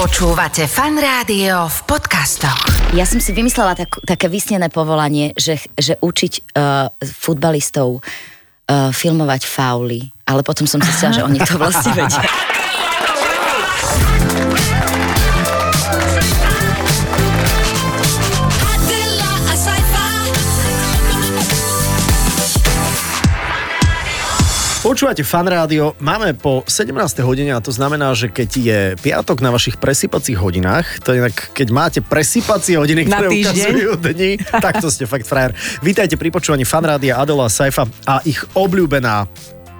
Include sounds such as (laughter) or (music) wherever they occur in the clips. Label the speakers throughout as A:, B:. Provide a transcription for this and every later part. A: Počúvate fan rádio v podcastoch.
B: Ja som si vymyslela tak, také vysnené povolanie, že, že učiť uh, futbalistov uh, filmovať fauly, ale potom som zistila, že oni
C: (laughs)
B: to vlastne vedia.
D: Adela a Saifa.
C: Počúvate fan rádio, máme po 17. hodine a to znamená, že keď je piatok na vašich presýpacích hodinách, to je tak, keď máte presýpacie hodiny,
E: Na
C: ktoré
E: týždeň.
C: ukazujú dni, tak to ste fakt frajer. Vítajte pri počúvaní fan rádia Adela a Saifa a ich obľúbená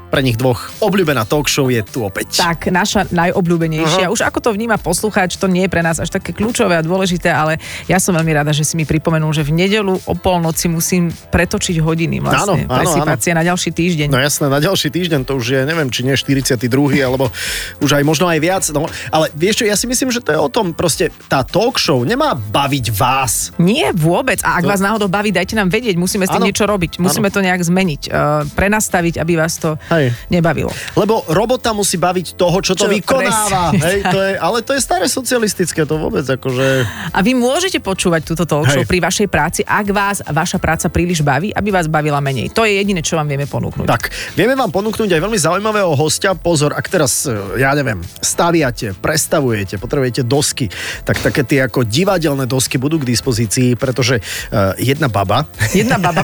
C: pre nich dvoch obľúbená talk show je tu opäť.
E: Tak, naša najobľúbenejšia. Už ako to vníma poslucháč, to nie je pre nás až také kľúčové a dôležité, ale ja som veľmi rada, že si mi pripomenul, že v nedelu o polnoci musím pretočiť hodiny vlastne,
C: Áno, áno,
E: presypácie na ďalší týždeň.
C: No jasné, na ďalší týždeň to už je, neviem, či nie 42. alebo už aj možno aj viac. No, ale vieš čo, ja si myslím, že to je o tom, proste tá talk show nemá baviť vás.
E: Nie vôbec. A
C: No.
E: ak vás náhodou baví, dajte nám vedieť, musíme s
C: Áno.
E: tým niečo robiť. Musíme to nejak zmeniť, e, prenastaviť, aby vás to
C: Hej.
E: nebavilo.
C: Lebo robota musí baviť toho, čo to
E: Čo-
C: vykonáva.
E: presne
C: Hej, to je, ale to je staré socialistické, to vôbec akože...
E: A vy môžete počúvať túto talk show
C: Hej.
E: pri vašej práci, ak vás vaša práca príliš baví, aby vás bavila menej. To je jediné, čo vám vieme ponúknuť.
C: Tak, vieme vám ponúknuť aj veľmi zaujímavého hostia. Pozor, ak teraz, e, ja neviem, staviate, prestavujete, potrebujete dosky, tak také tie ako divadelné dosky budú k dispozícii, pretože uh, jedna baba...
E: Jedna
C: (laughs)
E: baba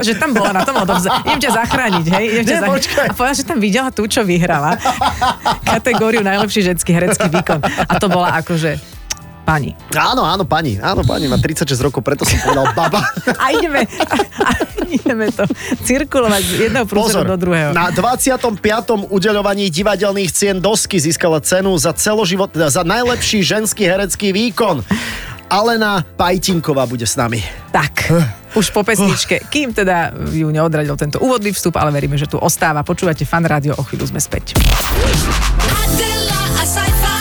C: Povedala.
E: že tam bola na tom odovze. Idem ťa zachrániť, hej? Idem ťa
C: Nie, počkaj.
E: zachrániť. A povedala, že tam videla tú, čo vyhrala. Kategóriu najlepší ženský herecký výkon. A to bola akože pani.
C: Áno, áno, pani, áno, pani, má 36 rokov, preto som povedal baba. (laughs)
E: A ideme, a, a ideme to cirkulovať z jedného prúzoru
C: Pozor,
E: do druhého.
C: na 25. udeľovaní divadelných cien dosky získala cenu za celoživot, teda za najlepší ženský herecký výkon. Alena Pajtinková bude s nami.
E: Tak, už po pesničke. Kým teda ju neodradil tento úvodný vstup, ale veríme, že tu ostáva. Počúvate fan rádio, o chvíľu sme späť.
D: Adela a Saifa.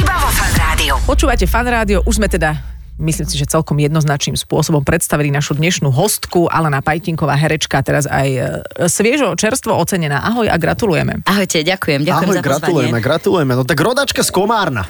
A: Iba vo fan rádiu.
E: Počúvate fan rádio, už sme teda myslím si, že celkom jednoznačným spôsobom predstavili našu dnešnú hostku, Alena Pajtinková, herečka, teraz aj e, sviežo, čerstvo ocenená. Ahoj a gratulujeme.
B: Ahojte, ďakujem, ďakujem
C: Ahoj,
B: za pozvanie.
C: gratulujeme, gratulujeme. No tak rodačka z Komárna.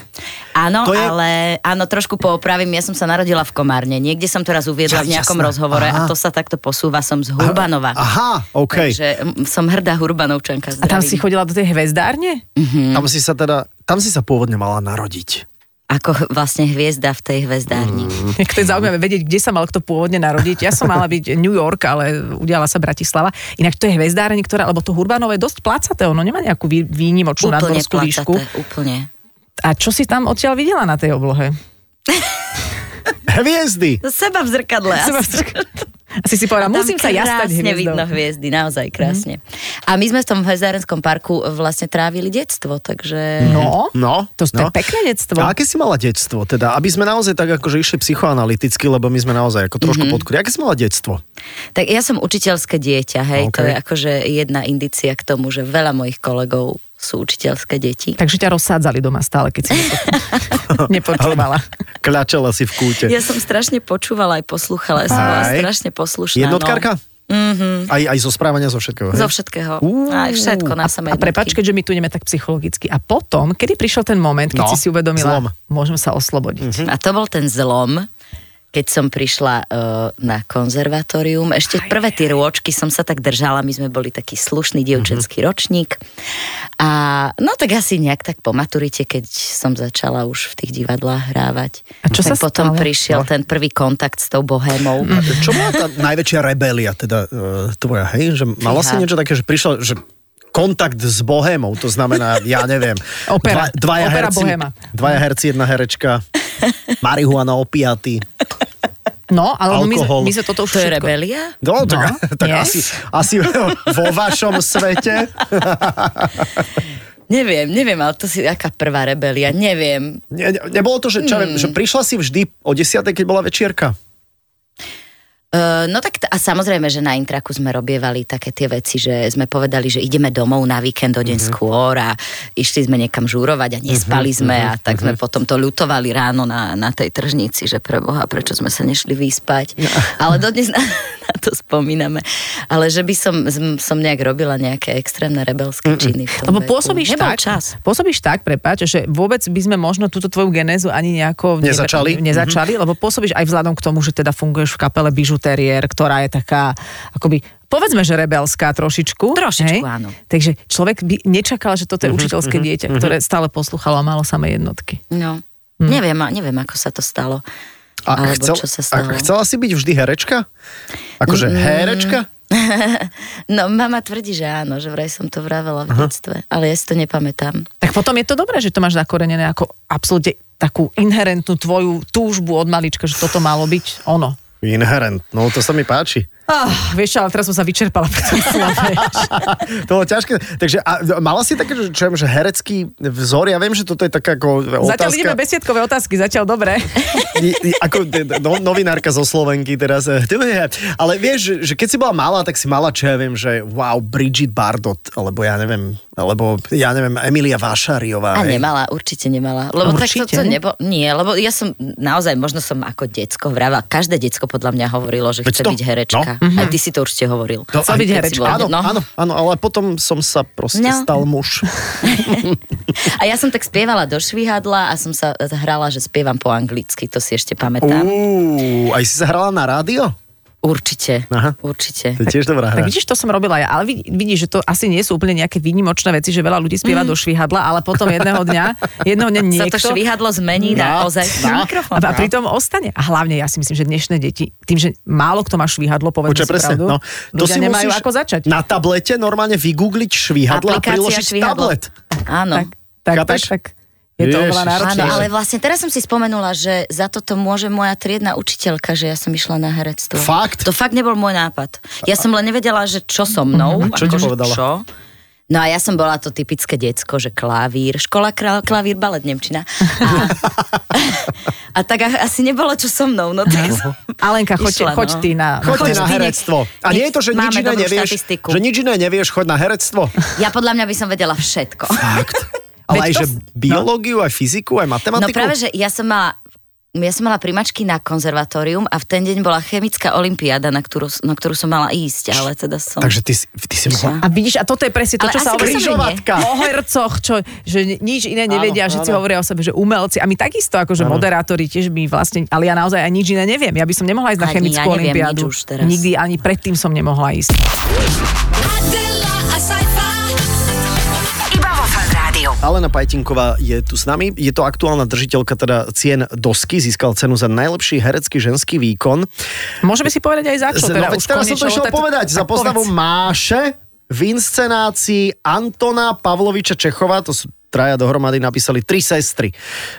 B: Áno,
C: To
B: je...
C: je-
B: ale áno, trošku poopravím, ja som sa narodila v Komárne. Niekde som to raz uviedla
C: Ja,
B: v nejakom
C: jasné.
B: rozhovore a
C: Aha.
B: to sa takto posúva, som z Hurbanova.
C: Aha, OK.
B: Takže m, som hrdá Hurbanovčanka.
E: A tam
B: zdravím.
E: si chodila do tej hvezdárne?
C: Tam si sa teda, tam si sa pôvodne mala narodiť.
B: Ako vlastne hviezda v tej hvezdárni. Mm.
E: (laughs) To je zaujímavé vedieť, kde sa mal kto pôvodne narodiť. Ja som mala byť New York, ale udiala sa Bratislava. Inak to je hvezdáreň, ktorá, lebo to Hurbanové je dosť placaté, ono nemá nejakú vý, výnimočnú
B: Úplne
E: nadmorskú výšku.
B: placaté, úplne.
E: A čo si tam odtiaľ videla na tej oblohe?
C: Hviezdy.
B: Seba v zrkadle.
E: Som
B: asi.
E: vás- (laughs) Asi si povedala,
B: Tam
E: musím sa Mhm. ja stať
B: krásne
E: hviezdou.
B: vidno hviezdy, naozaj krásne. A my sme v tom hvezdarenskom parku vlastne trávili detstvo, takže...
E: No,
C: No,
E: to, to
C: no.
E: je pekné detstvo.
C: A aké si mala detstvo? Teda, aby sme naozaj tak akože išli psychoanalyticky, lebo my sme naozaj ako
B: Mhm.
C: trošku mm-hmm. podkúri. Aké si mala detstvo?
B: Tak ja som učiteľské dieťa, hej, okay. to
C: OK.
B: je akože jedna indicia k tomu, že veľa mojich kolegov sú učiteľské deti.
E: Takže ťa rozsádzali doma stále, keď si to
C: (laughs)
E: nepočúvala.
C: Kľačala si v kúte.
B: Ja som strašne počúvala aj poslúchala, ja som bola
C: Aj.
B: strašne poslušná.
C: Jednotkárka?
B: No. Mm-hmm.
C: Aj, aj zo správania, zo všetkého. hej?
B: Zo všetkého.
C: Uú.
B: Aj všetko na samé
E: A prepač,
B: jednotky.
E: keďže my tu ideme tak psychologicky. A potom, kedy prišiel ten moment, keď
C: No,
E: si si uvedomila,
C: zlom. Mm.
E: môžem sa oslobodiť.
B: A to bol ten zlom, keď som prišla uh, na konzervatórium. Ešte
E: Aj,
B: prvé tie rôčky som sa tak držala, my sme boli taký slušný dievčenský ročník. A no tak asi nejak tak po maturite, keď som začala už v tých divadlách hrávať.
E: A čo
B: tak
E: sa
B: potom
E: stalo?
B: prišiel
C: No.
B: ten prvý kontakt s tou bohémou.
C: Čo bola tá najväčšia rebelia, teda e, tvoja, hej? Že mala si
B: Fíha.
C: niečo také, že prišla, že kontakt s bohémou, to znamená, ja neviem.
E: Opera.
C: dvaja
E: Opera
C: herci,
E: bohéma.
C: Dvaja herci, jedna herečka, marihuana, opiaty.
E: No, ale my,
C: Alkohol.
E: my sa toto
B: To
E: už
B: je
E: všetko-
B: rebelia?
C: No, tak,
E: No,
C: tak (laughs)
E: nie?
C: asi, asi vo vašom svete.
B: Neviem, neviem, ale to si aká prvá rebelia, neviem.
C: Ne, ne, nebolo to, že, čo, hmm. že prišla si vždy o 10, keď bola večierka?
B: Uh, no tak t- a samozrejme, že na Intraku sme robievali také tie veci, že sme povedali, že ideme domov na víkend o deň
C: Mhm.
B: mm-hmm. skôr a išli sme niekam žúrovať a nespali mm-hmm. sme a
C: mhm,
B: tak sme potom to ľutovali
C: No.
B: ráno na, (laughs) na tej tržnici, že preboha, prečo sme sa nešli vyspať. Ale dodnes na, na to spomíname. Ale že by som, z- som nejak robila nejaké extrémne rebelské činy. v tom
E: Lebo
B: veku.
E: pôsobíš
B: Nebol
E: tak,
B: čas.
E: pôsobíš tak, prepáč, že vôbec by sme možno túto tvoju genézu ani nejako ne-
C: Nezačali.
E: nezačali lebo pôsobíš aj vzhľadom k tomu, že teda funguješ v kapele Bižuteriér, ktorá je taká, akoby, povedzme, že rebelská trošičku.
B: Trošičku, áno.
E: Takže človek by nečakal, že toto je učiteľské dieťa, ktoré stále poslúchalo a malo samé jednotky.
B: No. Neviem, a- neviem, ako sa to stalo.
C: Mm. A
B: alebo
C: chcel,
B: čo sa
C: a
B: stalo.
C: chcela si byť vždy herečka? Akože mm. herečka?
B: (laughs) No, mama tvrdí, že áno, že vraj som to vravela v detstve, ale ja si to nepamätám.
E: Tak potom je to dobré, že to máš zakorenené ako absolútne takú inherentnú tvoju túžbu od malička, že toto malo byť ono.
C: Inherent, no to sa mi páči.
E: Ah, vieš, čo, ale teraz som sa vyčerpala. pri tom slove.
C: To bolo ťažké. Takže a, mala si také, že, čo ja viem, že herecký vzor? Ja viem, že toto je taká ako
E: Zatiaľ
C: otázka.
E: ideme besiedkové otázky, zatiaľ dobre.
C: I- i- ako d- d- no, novinárka zo Slovenky teraz. (laughs) eh, to je- Ale vieš, že, že keď si bola malá, tak si mala, čo ja viem, že wow, Bridget Bardot, alebo ja neviem, alebo ja neviem, Emilia Vášariová.
B: A
C: hej.
B: nemala, určite nemala. Lebo tak
E: Určite?
B: to, to nebo, nie, lebo ja som naozaj, možno som ako decko vravela, každé decko podľa mňa hovorilo, že
C: Veď
B: chce
C: to-
B: byť herečka.
C: no.
B: Aj ty si to určite hovoril.
C: To-
E: Chcel byť
B: Keď si
E: herečka.
B: bola-
C: Áno,
B: no.
C: áno, áno, ale potom som sa proste
B: No.
C: stal
E: (laughs)
C: muž.
B: (laughs) A ja som tak spievala do švihadla a som sa hrala, že spievam po anglicky, to si ešte pamätám.
C: Uú, aj si sa hrala na rádio?
B: Určite,
C: Aha.
B: určite.
C: To je tiež dobrá
E: (laughs)
C: hra.
E: Tak vidíš, to som robila ja, ale vid- vidíš, že to asi nie sú úplne nejaké výnimočné veci, že veľa ľudí spieva mm. do švihadla, ale potom jedného dňa, jedného dňa
B: Sa
E: niekto...
B: to švihadlo zmení
C: No,
B: na ozaj
C: no.
B: mikrofón.
E: a pritom ostane. A hlavne ja si myslím, že dnešné deti, tým, že málo kto má švihadlo, povedzme
C: Počkaj,
E: si
C: presne.
E: pravdu,
C: No,
E: ľudia nemajú ako začať.
C: na tablete normálne vygoogliť švihadlo a priložiť
B: švihadlo. No
C: tablet.
B: Áno.
E: Tak, tak, tak,
C: Chápeš?
E: tak. Je to oveľa
C: Ježiš.
E: náročnejšie.
B: Áno, ale vlastne teraz som si spomenula, že za toto môže moja triedna učiteľka, že ja som išla na herectvo.
C: Fakt? Mhm.
B: To fakt nebol môj nápad. Ja som len nevedela, že čo so mnou.
C: A čo ti
B: akože
C: povedala?
B: Čo? No a ja som bola to typické decko, že klavír, škola, krá- klavír, balet, Nemčina. A, (laughs) a tak a- asi nebolo čo so mnou. No tak som
E: Alenka, choď,
B: išla,
E: choď
B: no.
E: ty na...
C: Choď ty
B: Choď ty,
C: na
B: nech-
C: herectvo. A nie je to, že
B: nech-
C: nič
B: máme
C: iné
B: dobrú
C: nevieš,
B: štatistiku.
C: že nič iné nevieš, choď na herectvo.
B: Ja podľa mňa by som vedela všetko.
C: Fakt. Ale
E: Veď
C: aj,
E: to
C: že
E: s-
C: biológiu, aj fyziku, aj
B: No
C: matematiku.
B: práve, že ja som mala ja som mala primačky na konzervatórium a v ten deň bola chemická olimpiáda, na ktorú, na ktorú som mala ísť, ale teda som...
C: Takže ty, si- ty si mohla...
E: A vidíš, a toto je presne to,
B: Ale
E: čo sa
B: asi
E: hovorí že
C: križovatka.
E: o hercoch, čo, že nič iné nevedia,
C: Áno,
E: že si
C: áno.
E: hovoria o sebe, že umelci. A my takisto, akože moderátori tiež my vlastne, ale ja naozaj ani nič iné neviem. Ja by som nemohla ísť na
B: Ani
E: chemickú
B: ja neviem
E: olimpiádu.
B: nič už teraz.
E: Nikdy ani predtým som nemohla ísť.
D: Adela, a sci-fi.
A: Iba vo Fan Rádiu.
C: Alena Pajtinková je tu s nami. Je to aktuálna držiteľka teda cien dosky. Získal cenu za najlepší herecký ženský výkon.
E: Môžeme si povedať aj za čo.
C: Z-
E: Teda,
C: no, veď
E: už
C: teraz som to
E: konečne,
C: išiel
E: lebo tak-
C: povedať.
E: tak
C: Za postavu
E: povedz.
C: Máše v inscenácii Antona Pavloviča Čechova, to sú traja dohromady napísali tri sestry.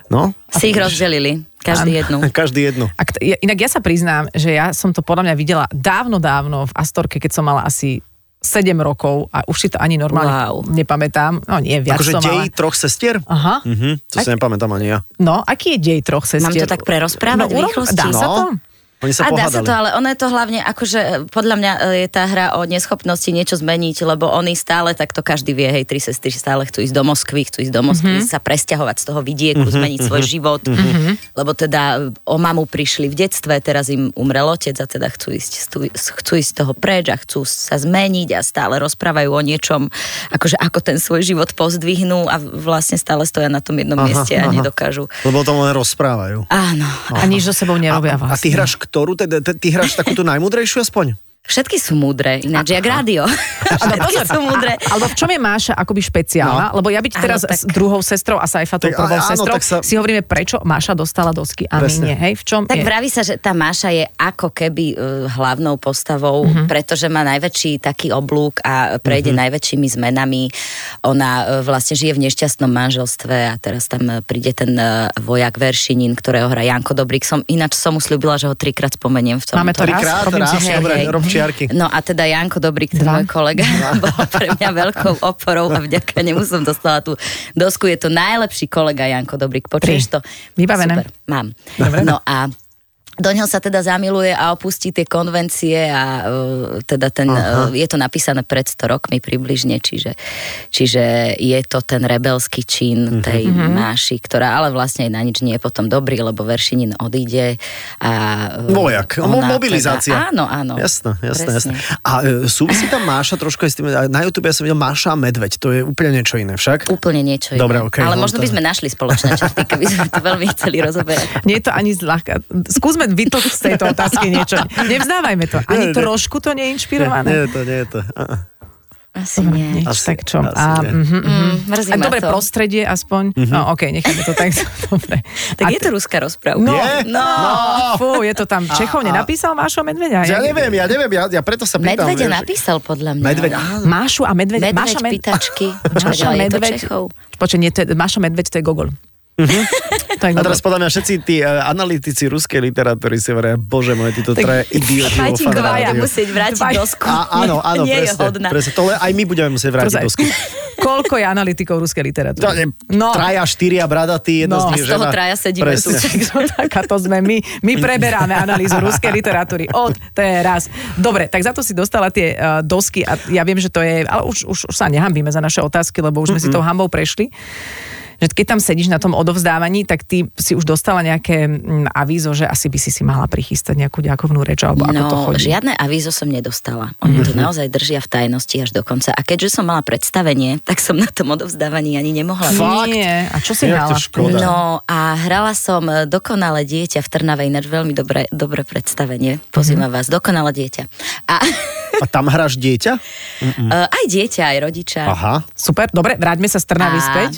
C: No,
B: Si ich rozdelili, každý jednu.
C: každý jednu.
E: A kt- ja- inak ja sa priznám, že ja som to podľa mňa videla dávno, dávno v Astorke, keď som mala asi 7 rokov a už si to ani normálne
B: Wow.
E: nepamätám. No nie, viac
C: Akože
E: som
C: dej
E: ale...
C: troch sestier?
E: Aha.
C: Mhm, to si nepamätám ani ja.
E: No, aký je dej troch
B: Mám
E: sestier?
B: to tak prerozprávať v
E: urob-
B: rýchlosti?
E: Dá sa to?
C: No, oni (laughs) sa
B: a dá
C: pohádali.
B: sa to, ale ono je to hlavne, akože e, podľa mňa e, je tá hra o neschopnosti niečo zmeniť, lebo oni stále, tak to každý vie, hej, tri sestry stále chcú ísť do Moskvy, chcú ísť do Moskvy, sa presťahovať z toho vidieku,
C: Mhm.
B: zmeniť svoj život, lebo teda e, o mamu prišli v detstve, teraz im umrel otec a teda chcú ísť, z tu- z- chcú ísť z toho preč a chcú sa zmeniť a stále rozprávajú o niečom, akože ako ten svoj život pozdvihnú a vlastne stále stoja na tom jednom
C: Aha,
B: mieste a
C: aha.
B: nedokážu.
C: Lebo to len rozprávajú.
B: Áno,
E: A nič so sebou
C: A
E: nerobia
C: ty
E: vlastne.
C: hráš ktorú? Teda, ty, ty hráš takú tú najmudrejšiu aspoň?
B: Všetky sú múdre, ináč jak rádio. Všetky sú múdre.
E: Alebo v čom je Máša akoby špeciálna? No. Lebo ja byť
B: Áno,
E: teraz
B: tak-
E: s druhou sestrou a Saifa tou
C: Tak,
E: prvou
C: áno,
E: sestrou,
C: tak sa-
E: si hovoríme, prečo Máša dostala dosky a my
C: Presne.
E: nie. Hej, v čom
B: Tak
E: je?
B: vraví sa, že tá Máša je ako keby e, hlavnou postavou, pretože má najväčší taký oblúk a prejde najväčšími zmenami. Ona e, vlastne žije v nešťastnom manželstve a teraz tam e, príde ten e, vojak Veršinin, ktorého hrá Janko Dobrík. Som, ináč som mu slúbila, že ho trikrát spomeniem v tom.
E: Máme to raz,
C: Trikrát,
E: robím
C: raz,
E: si-
C: dobre,
B: Hej, hej.
C: rob čiarky.
B: No a teda Janko Dobrík, ten
E: Dva.
B: môj kolega, (laughs) bol pre mňa veľkou oporou a vďaka nemu som dostala tú dosku. Je to najlepší kolega Janko Dobrík, počuješ
E: Tri.
B: to?
E: Vybavené.
B: Super, mám.
E: Dobre.
B: No a do neho sa teda zamiluje a opustí tie konvencie a uh, teda ten, uh, je to napísané pred 100 rokmi približne, čiže, čiže je to ten rebelský
E: Mhm.
B: čin tej máši, ktorá ale vlastne aj na nič nie je potom dobrý, lebo Veršinin odíde a... uh,
C: Vojak, mo-
B: ona
C: mobilizácia.
B: Teda, áno, áno.
C: Jasné, jasné,
B: Presne.
C: jasné. A e, súvisí tam Máša trošku aj s tým, aj na YouTube ja som videl Máša a Medveď, to je úplne niečo iné však.
B: Úplne niečo iné.
C: Dobre, okej,
B: Ale
C: bol
B: možno
C: to-
B: by sme našli spoločné črty, keby sme to veľmi chceli rozoberať.
E: Nie je to ani zľahka. Skúsme vytočiť z tejto otázky niečo. Nevzdávajme to. Ani
C: Nie, nie.
E: trošku to nie je inšpirované.
C: Nie, nie je to, nie je to. Á, á.
B: Asi nie.
E: Nič,
C: Asi-
E: tak čo.
C: asi
E: a,
C: nie. Mhm.
E: mhm, mhm.
B: Mm, mrzí
E: a
B: ma
E: dobre
B: to.
E: prostredie aspoň. No okej, nechajme to tak. (laughs) dobre.
B: Tak
E: a
B: je to ruská rozprávka.
E: No,
C: Je?
E: no, fú, je to tam. Čechov nenapísal Mášo a Medveďa?
C: Ja neviem, ja neviem, ja, ja preto sa pýtam.
B: Medvede
C: vieš.
B: napísal podľa mňa. No.
C: Medveď, áno.
E: Mášu a Medveď.
B: Medveď,
E: Máša Med-
B: (laughs) pýtačky.
E: (laughs) Máša
B: Čakaj, je to
E: Medveď.
B: Čechov.
E: Počkaj, nie, to je, Máša Medveď, to je Gogol. to je
C: Mhm. A
E: Gogol.
C: teraz podľa mňa všetci tí e, analytici ruskej literatúry si hovoria, bože môj, títo traja idioti. vo
B: Paťinková
C: Fan
B: bude
C: Rádiu.
B: musieť vrátiť
E: Dvaj-
B: do skúšky.
C: Á,
B: (laughs)
C: áno, áno,
B: Nie je
C: presne,
B: hodná.
C: presne. Tohle aj my budeme musieť vrátiť
E: Prozaj.
C: do skúšky.
E: Koľko je analytikov ruskej literatúry?
C: To je no. traja, štyria bradatí, jedno
E: No.
C: z
B: A
C: nich
B: z toho
C: žena.
B: traja sedíme
C: (laughs)
B: tu.
C: Presne.
E: Takže Taká to sme my. My preberáme analýzu ruskej literatúry od teraz. Dobre, tak za to si dostala tie uh, dosky a ja viem, že to je, ale už, už, už sa nehambíme za naše otázky, lebo už sme si tou hambou prešli. Že keď tam sedíš na tom odovzdávaní, tak ty si už dostala nejaké mm, avízo, že asi by si si mala prichystať nejakú ďakovnú reč, alebo ako to
B: No,
E: chodí.
B: žiadne avízo som nedostala. Oni
C: Mhm.
B: to naozaj držia v tajnosti až do konca. A keďže som mala predstavenie, tak som na tom odovzdávaní ani nemohla byť.
C: Fakt?
E: Nie, a čo si
C: Jak to
E: hrala?
C: škoda.
B: No a hrala som e, Dokonalé dieťa v Trnave, ináč veľmi dobré, dobré predstavenie. Pozývam
C: Mhm.
B: vás, Dokonalé dieťa. A
C: A tam hráš dieťa?
B: (laughs) e, aj dieťa, aj rodiča.
C: Aha.
E: Super, dobre, vráťme sa z Trnavy
B: A,
E: späť.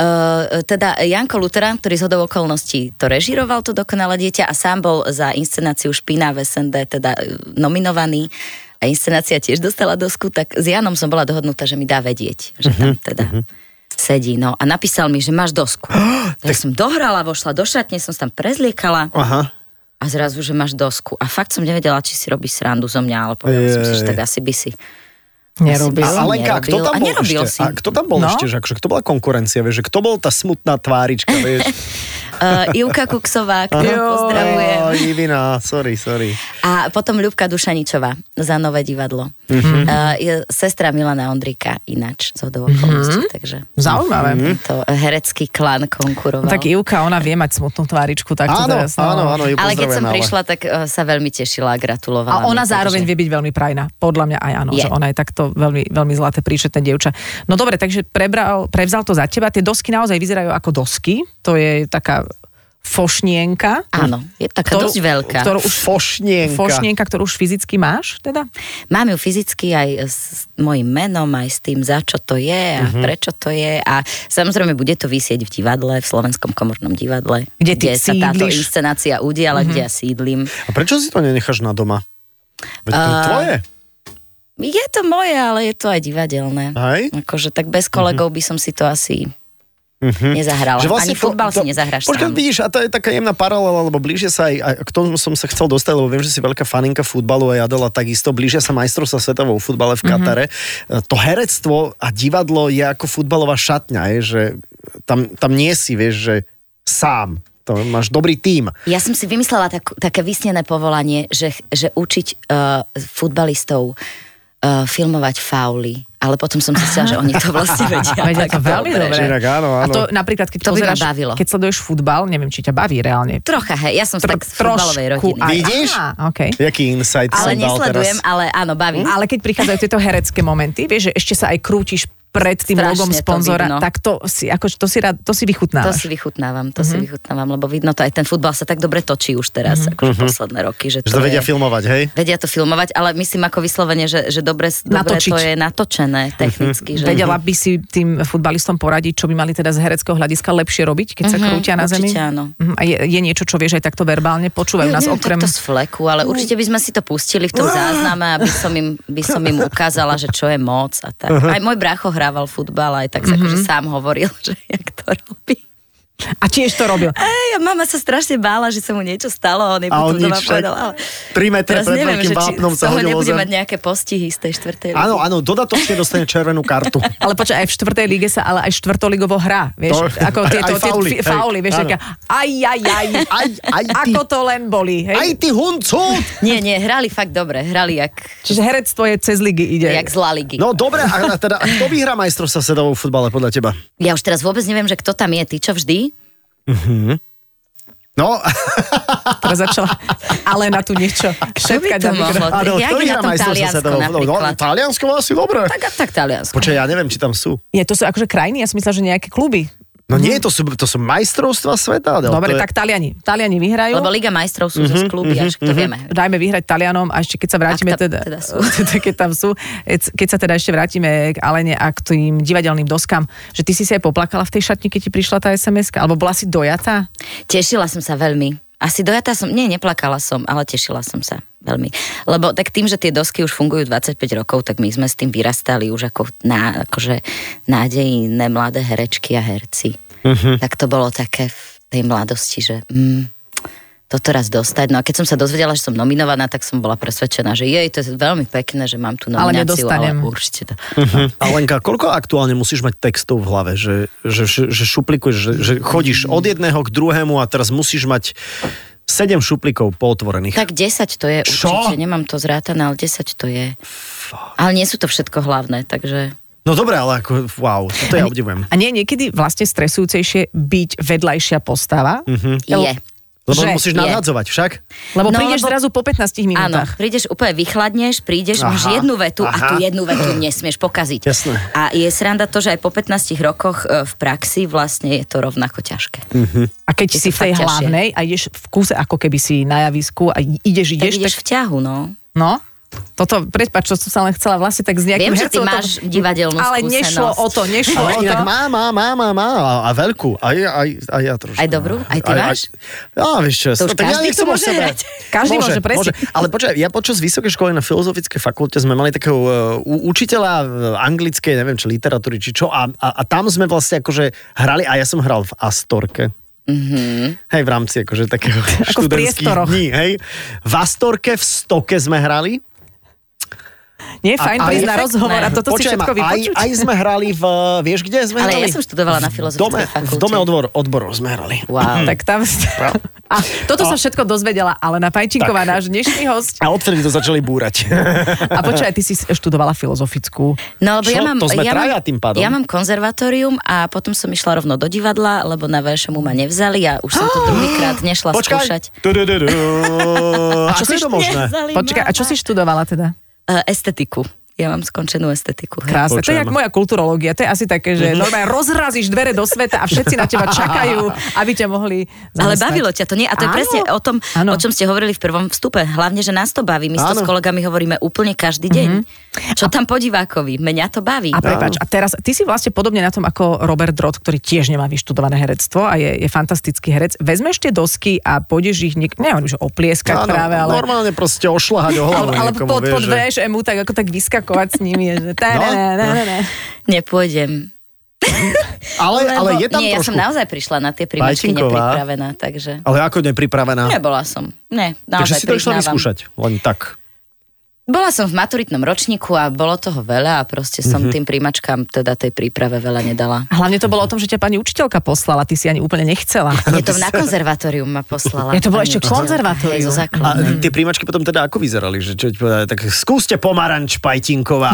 B: Uh, teda Janko Luterán, ktorý z hodov okolností to režiroval, to dokonalé dieťa a sám bol za inscenáciu Špina v SND teda eh, nominovaný a inscenácia tiež dostala dosku, tak s Janom som bola dohodnutá, že mi dá vedieť, že tam teda sedí. No a napísal mi, že máš dosku. tak som dohrala, vošla do šatne, som sa tam prezliekala
C: Aha.
B: a zrazu, že máš dosku. A fakt som nevedela, či si robíš srandu zo mňa, ale povedala som si, že
C: Jej.
B: tak asi by si. Asi
E: Nerobil.
B: by
C: A
B: som
C: Lenka, a kto
B: nerobil.
C: tam
B: A
C: bol
B: nerobil
C: ešte?
B: si.
C: A kto tam bol
E: No.
C: ešte? Že akože, kto bola konkurencia? Vieš, že kto bol tá smutná tvárička? Vieš?
B: Uh, Ivka Kuksová, ktorú
E: Joj.
B: pozdravujem.
C: Ó, Ivina, sorry, sorry.
B: A potom Ľubka Dušaničová za Nové divadlo.
E: Mhm.
B: Mm-hmm. Uh, je sestra Milana Ondrika ináč z hodou okolností,
E: Mhm.
B: mm-hmm. takže
E: Zaujímavé.
C: Mhm.
E: No
B: to herecký klan konkuroval.
E: Tak Ivka, ona vie mať smutnú tváričku, tak to
C: Áno,
E: teraz, no.
C: áno, áno, ju
B: ale keď som
C: pozdravujeme,
B: prišla, tak uh, sa veľmi tešila a gratulovala.
E: A ona
B: mi,
E: zároveň
B: takže...
E: vie byť veľmi prajná. Podľa mňa aj áno,
B: Je.
E: že ona je takto veľmi, veľmi zlaté príčetné dievča. No dobre, takže prebral, prevzal to za teba. Tie dosky naozaj vyzerajú ako dosky. To je taká fošnienka.
B: Áno, je taká
E: ktorú-
B: dosť veľká.
E: Ktorú už
C: Fošnienka.
E: Fošnienka, ktorú už fyzicky máš, teda?
B: Mám ju fyzicky aj s mojim menom, aj s tým, za čo to je a
E: Mhm.
B: prečo to je. A samozrejme, bude to vysieť v divadle, v Slovenskom komornom divadle,
E: Kde ty
B: kde sa táto
E: sídliš. Mhm.
B: inscenácia udiala, kde ja sídlim.
C: A prečo si to nenecháš na doma? Veď to je
B: A-
C: tvoje.
B: Je to moje, ale je to aj divadelné.
C: Hej?
B: Akože tak bez kolegov by som si to asi
C: Mhm.
B: nezahrala. Ani
C: to-
B: futbal
C: to-
B: si nezahráš
C: Počkaj,
B: sám.
C: vidíš, a to je taká jemná paralela, lebo blížia sa aj, aj k tomu som sa chcel dostať, lebo viem, že si veľká faninka futbalu a Jadela takisto, blížia sa majstrovstvá sveta vo futbale
B: Mhm.
C: v Katare. Mm-hmm. To herectvo a divadlo je ako futbalová šatňa, je, že tam, tam nie si, vieš, že sám. To máš dobrý tím.
B: Ja som si vymyslela tak, také vysnené povolanie, že, že učiť uh, futbalistov uh, filmovať fauly. Ale potom som zistila, že oni to
C: (laughs)
B: vlastne vedia.
E: Vedia
B: tak
E: to veľmi dobre.
B: že-
C: Inak áno,
E: A
C: áno.
E: to napríklad, keď,
B: To by ma
E: pozeráš,
B: bavilo.
E: keď sleduješ futbal, neviem, či ťa baví reálne.
B: Trocha, hej, ja som Tr-
E: Tr-
B: tak z futbalovej
E: trošku
B: rodiny.
E: aj-
C: Vidíš?
E: Aha, okay.
C: Jaký insight
B: Ale
C: som dal
B: nesledujem,
C: teraz.
B: ale áno,
C: Mhm.
B: baví.
E: Ale keď prichádzajú tieto herecké momenty, vieš, že ešte sa aj krútiš pred tým
B: Strašne to
E: logom
B: vidno.
E: sponzora, tak to si, akože, to si, rád, to
B: To
E: si vychutnávaš.
B: si vychutnávam, to
C: Mhm.
B: si vychutnávam, lebo vidno to aj ten futbal sa tak dobre točí už teraz, akože posledné roky. Že
C: Mhm. Že to vedia
B: je-
C: filmovať, hej?
B: Vedia to filmovať, ale myslím ako vyslovene, že, že dobre, dobre
E: Natočiť.
B: to je
C: Mhm.
B: natočené technicky. Že... mhm.
E: Vedela by si tým futbalistom poradiť, čo by mali teda z hereckého hľadiska lepšie robiť, keď sa
B: Mhm,
E: krútia na zemi?
B: určite áno.
E: Mhm, A je, je niečo, čo vieš aj takto verbálne? Počúvajú
B: Ja
E: nás
B: neviem
E: okrem...
B: takto z fleku, ale určite by sme si to pustili v tom zázname, aby som im, by som im ukázala, že čo je moc a tak.
C: Mhm.
B: (laughs) Aj môj brácho hrával futbal, aj tak sa akože sám hovoril, že jak to robí.
E: A tiež to robil.
B: Ej, a mama sa strašne bála, že sa mu niečo stalo a on jej
C: A on
B: potom doma
C: nič, však
B: povedal. Ale...
C: 3 metre
B: Teraz
C: pred
B: neviem, že
C: veľkým
B: či
C: vápnom
B: z
C: sa
B: toho
C: hodil o
B: nebude
C: zem.
B: mať nejaké postihy z tej štvrtej ligy.
C: Áno, áno, dodatočne dostane červenú kartu.
E: Ale počkaj, aj v štvrtej lige sa ale aj štvrtoligovo hrá, vieš,
C: To-
E: ako
C: aj-
E: tieto
C: aj fauly,
E: tie
C: hej,
E: fauly, vieš,
C: áno.
E: taká, aj, aj, aj,
C: Aj, aj ty.
E: (laughs) ako to len boli, hej.
C: Aj ty huncút!
B: Nie, nie, hrali fakt dobre. Hrali jak,
E: Čiže herectvo je cez ligy ide.
B: jak z La Ligy.
C: No dobre, a teda a kto vyhrá majstrovstva svetového futbale podľa teba?
B: Ja už teraz vôbec neviem, že kto tam je. Ty čo vždy?
C: No,
E: Teraz začala Alena tu
B: (laughs)
E: niečo
B: Kto by
E: šepkať.
B: to
E: na mikrofón.
B: mohlo? byť?
C: (laughs) áno,
B: Jak
C: kto
B: je na
C: vyhrá
B: tom
C: majstrovstva
B: Taliansko
C: svetového futbalu? No,
B: napríklad?
C: Taliansko má asi dobre.
B: Tak, tak Taliansko.
C: Počkaj, ja neviem, či tam sú.
E: Nie, to sú akože krajiny, ja som myslela, že nejaké kluby.
C: No nie, to sú, to sú majstrovstva sveta. No, to
E: Dobre,
C: je-
E: tak Taliani. Taliani vyhrajú.
B: Lebo Liga majstrov sú zo kluby, až to vieme.
E: dajme vyhrať Talianom a ešte keď sa
B: Ak
E: vrátime
B: tam
E: teda,
B: teda
E: (laughs)
B: sú.
E: teda, keď tam sú, keď sa teda ešte vrátime k Alene a k tým divadelným doskám, že ty si sa aj poplakala v tej šatni, keď ti prišla tá sms alebo bola si dojatá?
B: Tešila som sa veľmi. Asi dojatá som, nie, neplakala som, ale tešila som sa veľmi. Lebo tak tým, že tie dosky už fungujú 25 rokov, tak my sme s tým vyrastali už ako na, akože nádejné mladé herečky a herci. Tak to bolo také v tej mladosti, že mm, toto raz dostať. No a keď som sa dozvedela, že som nominovaná, tak som bola presvedčená, že jej, to je veľmi pekné, že mám tú
E: Ale
B: nomináciu, ale,
E: nedostanem.
B: určite to.
C: A Lenka, koľko aktuálne musíš mať textov v hlave, že, že, že, že šuplikuješ, že, že chodíš od jedného k druhému a teraz musíš mať sedem šuplikov pootvorených.
B: Tak 10 to je
C: Čo?
B: určite, nemám to zrátané, ale 10 to je. Ale nie sú to všetko hlavné, takže...
C: No dobre, ale ako, wow, to ja obdivujem.
E: A nie je niekedy vlastne stresujúcejšie byť vedľajšia postava? Mm-hmm.
B: Je.
C: Lebo
E: že
C: musíš
B: je.
C: nadhadzovať však.
E: Lebo
B: No,
E: no, prídeš
B: lebo-
E: lebo... zrazu po 15
B: Áno,
E: minútach.
B: prídeš úplne vychladneš, prídeš,
C: Aha,
B: máš jednu vetu a
C: aha.
B: tú jednu vetu nesmieš pokaziť.
C: Jasné.
B: A je sranda to, že aj po 15 rokoch e, v praxi vlastne je to rovnako ťažké.
C: Hm.
E: A keď
B: Je
E: si
B: to
E: v tej
B: fakt ťažšie.
E: hlavnej a ideš v kúse, ako keby si na javisku a ideš,
B: Tak
E: ideš,
B: ideš v ťahu, no.
E: No, toto, prepáč, to som sa len chcela vlastne tak s nejakým
B: Viem, že ty
E: hercom o tom-
B: máš divadelnú
E: Ale
B: skúsenosť.
E: nešlo o to, nešlo
C: Ale
E: o to.
C: inak má, má, má, má, má a- a veľkú. Aj, aj, aj ja trošku.
B: Aj dobrú? Aj ty máš?
C: Aj, ja, vieš čo,
B: To už
C: tak ja
B: každý to
C: nechcem o
B: môže
C: sebe.
B: hrať.
E: Každý môže, presne.
C: Ale počkaj, ja počas vysokej školy na filozofickej fakulte sme mali takého uh, u- učiteľa uh, anglickej, neviem, či literatúry, či čo, a, a, a tam sme vlastne akože hrali, a ja som hral v Astorke. Mm-hmm. Hej, v rámci akože takého
E: Ako v
C: študentských
E: priestoroch.
C: dní, hej. V Astorke, v Stoke sme hrali.
E: Nie je fajn
C: A- a
E: prísť
C: je
E: na
C: fakt-
E: rozhovor a toto si
C: Počkaj ma,
E: všetko
C: aj,
E: vypočuť.
C: aj sme hrali v... e, Vieš, kde sme
B: Ale
C: hrali?
B: ja som študovala na
C: v dome,
B: filozofickej
C: v
B: fakulte.
C: dome odbor, odborov sme hrali.
B: Wow.
E: Tak tam... (laughs) A toto sa všetko dozvedela Alena Pajčinková,
C: Tak.
E: náš dnešný host.
C: A odtedy to začali búrať.
E: A počkaj, ty si študovala filozofickú.
B: No, lebo
C: Čo?
B: ja mám,
C: To sme
B: ja
C: traja
B: mám,
C: tým pádom.
B: Ja mám konzervatórium a potom som išla rovno do divadla, lebo na veršomu ma nevzali a už som
C: (gasps)
B: to druhýkrát nešla skúšať.
C: (laughs) Počkaj. Tudududu. Ako
E: si
C: je to možné?
B: Nevzali
E: Počkaj, a čo
B: ma.
E: si študovala teda?
B: E, estetiku. Ja mám skončenú estetiku. hej.
E: Krásne. To je
C: Počujem. Mhm.
E: jak moja kulturológia. To je asi také, že normálne rozrazíš dvere do sveta a všetci na teba čakajú, aby ťa mohli
B: Ale
E: zamestnať.
B: bavilo ťa to, nie? A to je
E: Áno.
B: presne o tom,
E: Áno.
B: o čom ste hovorili v prvom vstupe. Hlavne, že nás to baví. My to
C: Áno. Mhm.
B: s kolegami hovoríme úplne každý deň. Čo tam po divákovi? Mňa to baví.
E: A prepáč, a teraz, ty si vlastne podobne na tom ako Robert Drott, ktorý tiež nemá vyštudované herectvo a je, je fantastický herec. Vezmeš tie dosky a pôjdeš ich, niek- neviem, že oplieskať
C: Áno,
E: práve, ale...
C: Normálne proste ošľahať o hlavu
E: Ale, ale
C: niekomu,
E: pod,
C: vieš,
E: pod
C: že-
E: VŠMU tak ako tak vyskakovať s nimi. je, Že tá,
C: No,
E: no, ne, ne, ne, ne.
B: Nepôjdem.
C: ale, ale
B: Lebo-
C: je tam
B: nie, ja
C: trošku.
B: som naozaj prišla na tie príjmačky
C: Pajčinková.
B: nepripravená, takže...
C: Ale ako nepripravená.
B: Nebola som. Ne,
C: Takže
B: naozaj
C: si to išla
B: priznávam.
C: vyskúšať. Len tak.
B: Bola som v maturitnom ročníku a bolo toho veľa a proste som
C: Mhm.
B: tým príjmačkám teda tej príprave veľa
C: (laughs)
B: nedala.
E: A Hlavne to bolo o tom, že ťa pani učiteľka poslala, ty si ani úplne
B: (laughs)
E: nechcela.
C: No
B: Je to na konzervatórium ma poslala.
E: Ja, to bolo
B: pani
E: ešte
B: učiteľka.
E: konzervatórium.
B: Hej, zo
C: A
B: základnej.
C: tie príjmačky potom teda ako vyzerali? Že, čo, ti povedali? tak skúste pomaranč,
B: (laughs)
C: Pajtinková.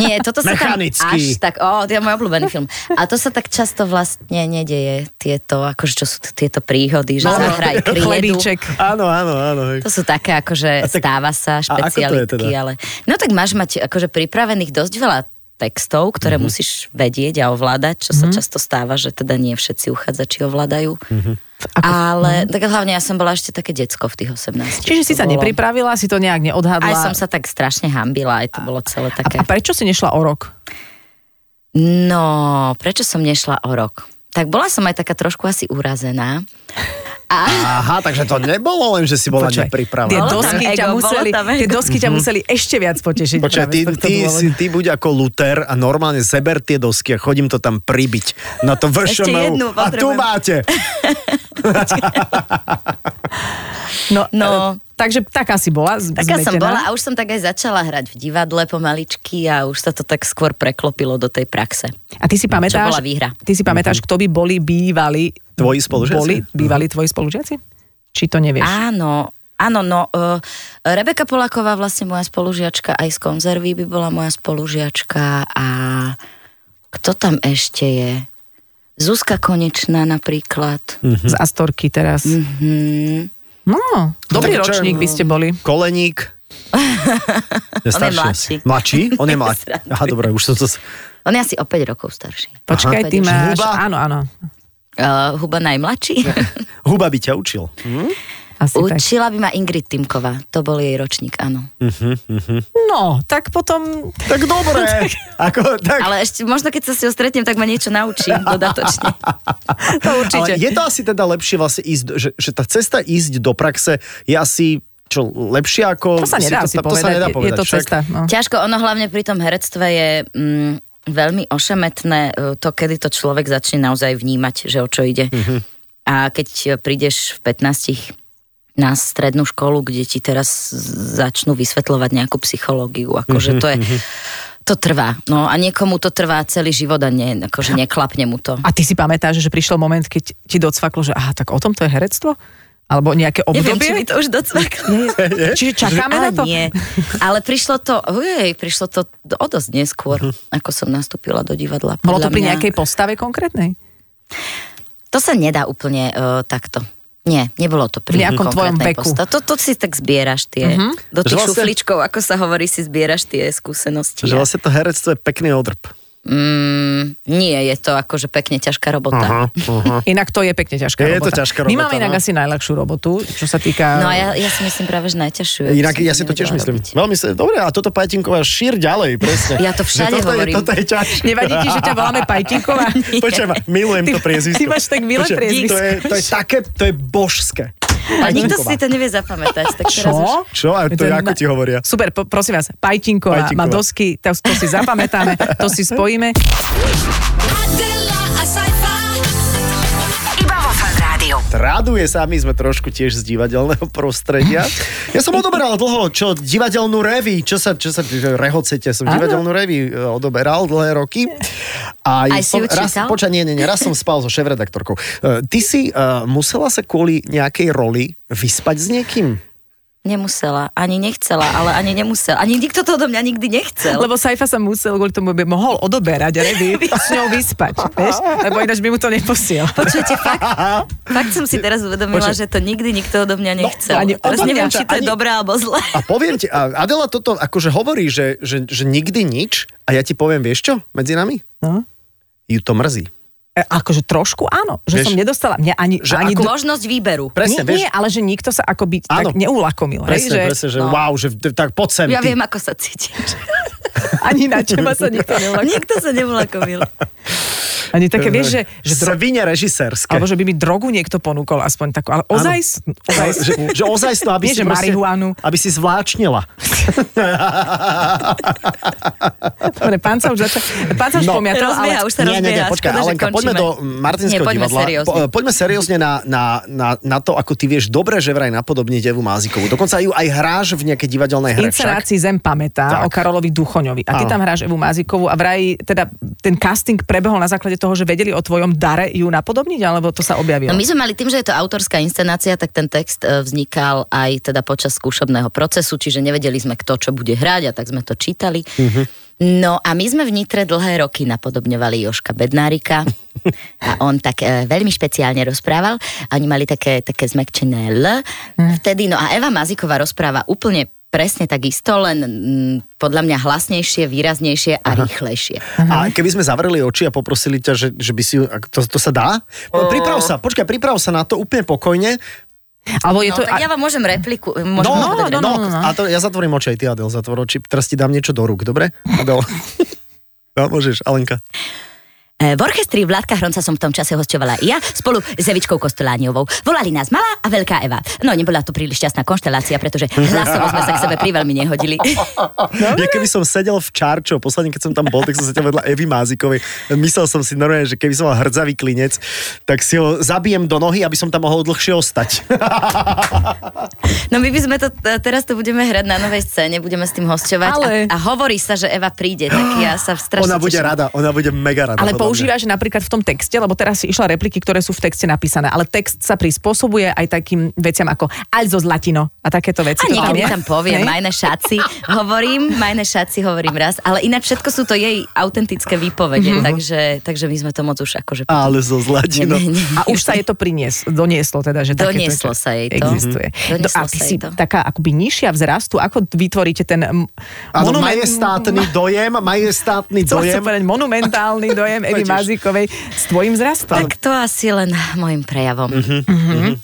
B: Nie, toto sa tam
C: Mechanický.
B: až tak, ó, to je môj obľúbený film. A to sa tak často vlastne nedeje, tieto, akože čo sú t- tieto príhody, že
C: (laughs)
E: Áno. (laughs)
B: zahraj kriedu.
E: Chlebíček.
C: áno, áno, áno. hej.
B: To sú také, akože
C: A tak-
B: stáva sa,
C: a ako to je
B: špecialitky,
C: teda?
B: ale... No tak máš mať akože pripravených dosť veľa textov, ktoré mm-hmm.
C: Mhm.
B: musíš vedieť a ovládať, čo mm-hmm. sa často stáva, že teda nie všetci uchádzači ovládajú.
C: Mhm.
B: Mm-hmm. Ale tak hlavne ja som bola ešte také decko v tých 18.
E: Čiže si
B: To
E: sa
B: bolo-
E: nepripravila, si to nejak neodhadla.
B: Aj som sa tak strašne hambila, aj to bolo celé také...
E: a, a prečo si nešla o rok?
B: No, prečo som nešla o rok? Tak bola som aj taká trošku asi urazená. A
C: Aha, takže to nebolo len, že si bola
E: Počúvaj, Tie
C: nepripravená.
B: do- Bolo
E: dosky,
B: tam
E: ťa
B: ego, bolo
E: museli,
B: tam
E: tie
B: ego.
E: dosky ťa museli ešte viac potešiť.
C: Mhm. Počkaj,
E: práve
C: ty,
E: z tohto
C: ty,
E: dôvodu.
C: si, ty buď ako Luther a normálne seber tie dosky a chodím to tam pribiť na to
B: Ešte jednu
C: VŠMU. A tu
B: potrebujem.
C: máte.
E: No,
B: No.
E: e, takže taká si bola z-
B: taká som
E: zmetená.
B: bola a už som tak aj začala hrať v divadle pomaličky a už sa to tak skôr preklopilo do tej praxe.
E: A ty si pamätáš,
B: bola výhra.
E: Ty si pamätáš, kto by boli bývali...
C: Mhm. Tvoji spolužiaci? Mhm.
E: Boli bývali tvoji spolužiaci? Či to nevieš?
B: Áno, áno, no uh, Rebeka Polaková, vlastne moja spolužiačka, aj z konzervy by bola moja spolužiačka a kto tam ešte je? Zuzka Konečná napríklad.
E: Z Astorky
C: Mhm.
E: teraz.
B: Mm-hmm.
E: No, dobrý
C: Tak čo-
E: ročník by ste boli. (laughs)
C: Koleník.
B: On je
C: Je starší
B: mladší.
C: asi. Mladší? On
E: (laughs)
C: je mladší.
B: Srandujem.
C: Aha, dobre, už to... to
B: On je asi o 5 rokov starší.
E: Počkaj,
B: Aha.
E: ty máš...
C: Huba?
E: Áno, áno.
B: Uh, Huba najmladší.
E: (laughs)
C: Huba by ťa učil.
E: Asi tak.
B: Učila by ma Ingrid Timková. To bol jej ročník, áno.
E: No, tak potom...
C: Tak
E: (laughs)
C: dobre. Ako, tak,
B: Ale ešte možno, keď sa s ňou stretnem, tak ma niečo
E: (laughs)
B: naučí dodatočne.
E: To
C: Ale
E: určite.
C: je to asi teda lepšie vlastne ísť, že, že tá cesta ísť do praxe je asi čo lepšia ako...
E: To sa nedá
C: si
E: asi
C: to, to, to sa
E: povedať.
C: nedá
E: je-
C: povedať.
E: je to
C: však.
E: cesta. No.
B: Ťažko, ono hlavne pri tom herectve je mm, veľmi ošemetné e, to, kedy to človek začne naozaj vnímať, že o čo ide.
E: Mhm.
B: A keď e, prídeš v 15 na strednú školu, kde ti teraz začnú vysvetľovať nejakú psychológiu, akože
E: Mhm,
B: to je... To trvá. No a niekomu to trvá celý život a nie,
E: (laughs)
B: akože neklapne mu to.
E: A ty si pamätáš, že prišiel moment, keď ti docvaklo, že aha, tak o tom to je herectvo? Alebo nejaké obdobie?
B: Neviem, či mi to už docvaklo.
E: Čiže čakáme na
B: Ale
E: to?
B: nie. Ale prišlo to, hej, prišlo to o dosť neskôr, ako som nastúpila do divadla.
E: Mhm. Bolo to
B: Podľa
E: pri
B: mňa-
E: nejakej postave konkrétnej?
B: To sa nedá úplne uh, takto. Nie, nebolo to pri
E: V nejakom tvojom
B: konkrétnej
E: veku. Mhm.
B: posta- To, to si tak zbieraš tie, do
C: Že
B: tých
C: vlastne-
B: šufličkov, ako sa hovorí, si zbieraš tie skúsenosti.
C: Že vlastne to herectvo je pekný odrb.
B: Mm, nie, je to akože pekne ťažká robota.
C: aha.
E: Inak to je pekne ťažká
C: Je to
E: robota.
C: ťažká
E: My
C: robota,
E: máme inak
C: no.
E: asi najľahšiu robotu, čo sa týka...
B: No a ja, ja si myslím práve, že najťažšiu. ja by
C: Inak
B: som
C: ja si to tiež
B: nevedela
C: myslím. No,
B: robiť.
C: Veľmi sa, dobre, a toto Pajtinková šír ďalej, presne.
B: Ja to
C: Že
B: všade
C: toto
B: hovorím.
C: Je, toto je ťažké.
E: Nevadí ti, že ťa
C: (laughs)
E: voláme Pajtinková?
C: Počkaj ma, milujem to
E: Ty-
C: priezvisko.
E: ty máš tak milé
C: Počujem,
E: priezvisko.
C: To je, to je také, to je božské.
B: A nikto si
C: Pajtinková.
B: to nevie zapamätať. Tak teraz už...
C: Čo?
E: Čo?
C: A to je ako ti hovoria?
E: Super, po, prosím vás, Pajtinková,
C: Pajtinková.
E: má dosky, to, to si zapamätáme, to si spojíme.
D: Adela, a sci-fi.
A: Iba vo Fan Rádiu.
C: Raduje sa, my sme trošku tiež z divadelného prostredia. Ja som odoberal dlho, čo divadelnú revy, čo sa, čo sa že rehocete, som
E: Áno.
C: divadelnú revy e, odoberal dlhé roky. A
B: Aj si
C: som,
B: ju
C: raz,
B: čítal?
C: poča, nie, nie, nie, raz som spal so šéf-redaktorkou. E, Ty si uh, musela sa kvôli nejakej roli vyspať s niekým?
B: Nemusela, ani nechcela, ale ani nemusela. Ani nikto to odo mňa nikdy nechcel.
E: Lebo Saifa sa musel kvôli tomu, aby mohol odoberať revy, s ňou vyspať, vieš? Lebo ináč by mu to neposiel.
B: Počujete,
C: (laughs)
B: fakt, fakt som si teraz uvedomila,
C: Počuj. No,
B: že to nikdy nikto odo mňa nechcel.
E: ani
B: teraz
C: odo
B: neviem,
C: mňa,
B: či to je
C: ani-
B: dobré alebo zlé.
C: A poviem ti, a Adela toto akože hovorí, že, že, že nikdy nič a ja ti poviem, vieš čo, medzi nami?
E: No.
C: Ju to mrzí.
E: E, Akože trošku áno, že
C: Vieš,
E: som nedostala, mňa ani,
C: že
E: ani
C: ako-
E: dru-
B: Možnosť výberu.
C: Presne,
E: nie,
C: vieš,
E: nie, ale že nikto sa akoby
C: Áno.
E: tak neulakomil. hej,
C: presne,
E: že no.
C: presne, že wow, že t- tak poď sem.
B: Ja
C: ty.
B: viem, ako sa cítiš.
E: Ani na teba sa
C: (laughs)
E: nikto neulakomil.
B: Nikto sa nevolakovil.
E: Ani také, vieš, že, že dro-
C: Svine režisérske.
E: Alebo že by mi drogu niekto ponúkol aspoň takú, ale ozaj...
C: Ale že, že ozaj to, aby si
E: Nie, že marihuanu.
C: Aby si zvláčnila.
E: (laughs) Dobre, pán sa už začal... Pán sa už
C: No.
E: pomiatal, ale...
B: Rozbieha, už sa
C: nie, nie, nie,
B: rozbieha.
C: počkaj,
B: škoda, že
C: Alenka, poďme
B: končíme.
C: do mm, Martinského
B: Nie, poďme
C: divadla.
B: seriózne.
C: Po- eh, poďme seriózne na, na, na, na, to, ako ty vieš dobre, že vraj napodobniť Evu Mázikovú. Dokonca ju aj hráš v nejakej divadelnej hre. však.
E: Inscenácii Zem pamätá
C: Tak.
E: o Karolovi Duchoňovi. A ty
C: Áno.
E: tam hráš Evu Mázikovú a vraj teda ten casting prebehol na základe toho, že vedeli o tvojom dare ju napodobniť, alebo to sa objavilo?
B: No my sme mali tým, že je to autorská inscenácia, tak ten text e, vznikal aj teda počas skúšobného procesu, čiže nevedeli sme kto čo bude hrať a tak sme to čítali.
E: Mhm.
B: No a my sme v Nitre dlhé roky napodobňovali Joška
E: (laughs)
B: Bednárika a on tak e, veľmi špeciálne rozprával. A Oni mali také, také zmekčené L
E: Mhm.
B: vtedy. No a Eva Maziková rozpráva úplne presne tak isto, len mm, podľa mňa hlasnejšie, výraznejšie a rýchlejšie.
C: A keby sme zavreli oči a poprosili ťa, že, že by si ju... ak- To, to sa dá? No, priprav sa, počkaj, priprav sa na to úplne pokojne.
E: Alebo je
B: No,
E: to...
B: tak ja vám môžem repliku, môžem
E: No,
B: povedať
E: no, no, no, no.
C: A to, ja zatvorím oči aj ty, Adel, (laughs) zatvor oči. Teraz ti dám niečo do rúk, dobre? Adel. No, môžeš, Alenka.
B: E, V orchestri Vládka Hronca som v tom čase hostovala i ja spolu s Evičkou Kostolániovou. Volali nás Malá a Veľká Eva. No nebola to príliš šťastná konštelácia, pretože hlasovo sme sa k sebe priveľmi
E: (laughs)
B: nehodili.
C: (laughs) Ja keby som sedel v Čarčo, posledne keď som tam bol, tak som sedel vedľa Evy Mázikovej. Myslel som si normálne, že keby som mal hrdzavý klinec, tak si ho zabijem do nohy, aby som tam mohol dlhšie ostať.
B: No my by sme to, teraz to budeme hrať na novej scéne, budeme s tým hostovať
E: Ale-
B: a, a hovorí sa, že Eva príde, tak ja sa strašne
C: ona bude
B: teším.
C: rada, ona bude mega rada.
E: Ale
C: podľa mňa.
E: používaš napríklad v tom texte, lebo teraz si išla repliky, ktoré sú v texte napísané, ale text sa prispôsobuje aj takým veciam ako Alzo z latino a takéto veci.
B: A
E: To
B: niekedy
E: je?
B: tam poviem,
E: Hej?
B: majné šaci, hovorím, majné šaci hovorím raz, ale ináč všetko sú to jej autentické výpovede,
E: Mhm.
B: takže, takže my sme to moc už akože...
C: Ale zo
B: Ne,
C: zladino.
B: ne, ne.
E: A už sa je to prinies, donieslo teda, že takéto
B: Donieslo
E: niečo
B: sa jej to.
E: Existuje.
B: Mhm. Donieslo
E: a ty
B: sa jej
E: si
B: to.
E: taká akoby nižšia vzrastu, ako vytvoríte ten... m-
C: Áno,
E: monumen-
C: majestátny dojem, majestátny
E: Chcela som
C: dojem.
E: povedať (laughs) monumentálny dojem Evy
C: Totiž.
E: Mazíkovej s tvojim vzrastom.
B: Tak to asi len môjim prejavom.
C: Mhm.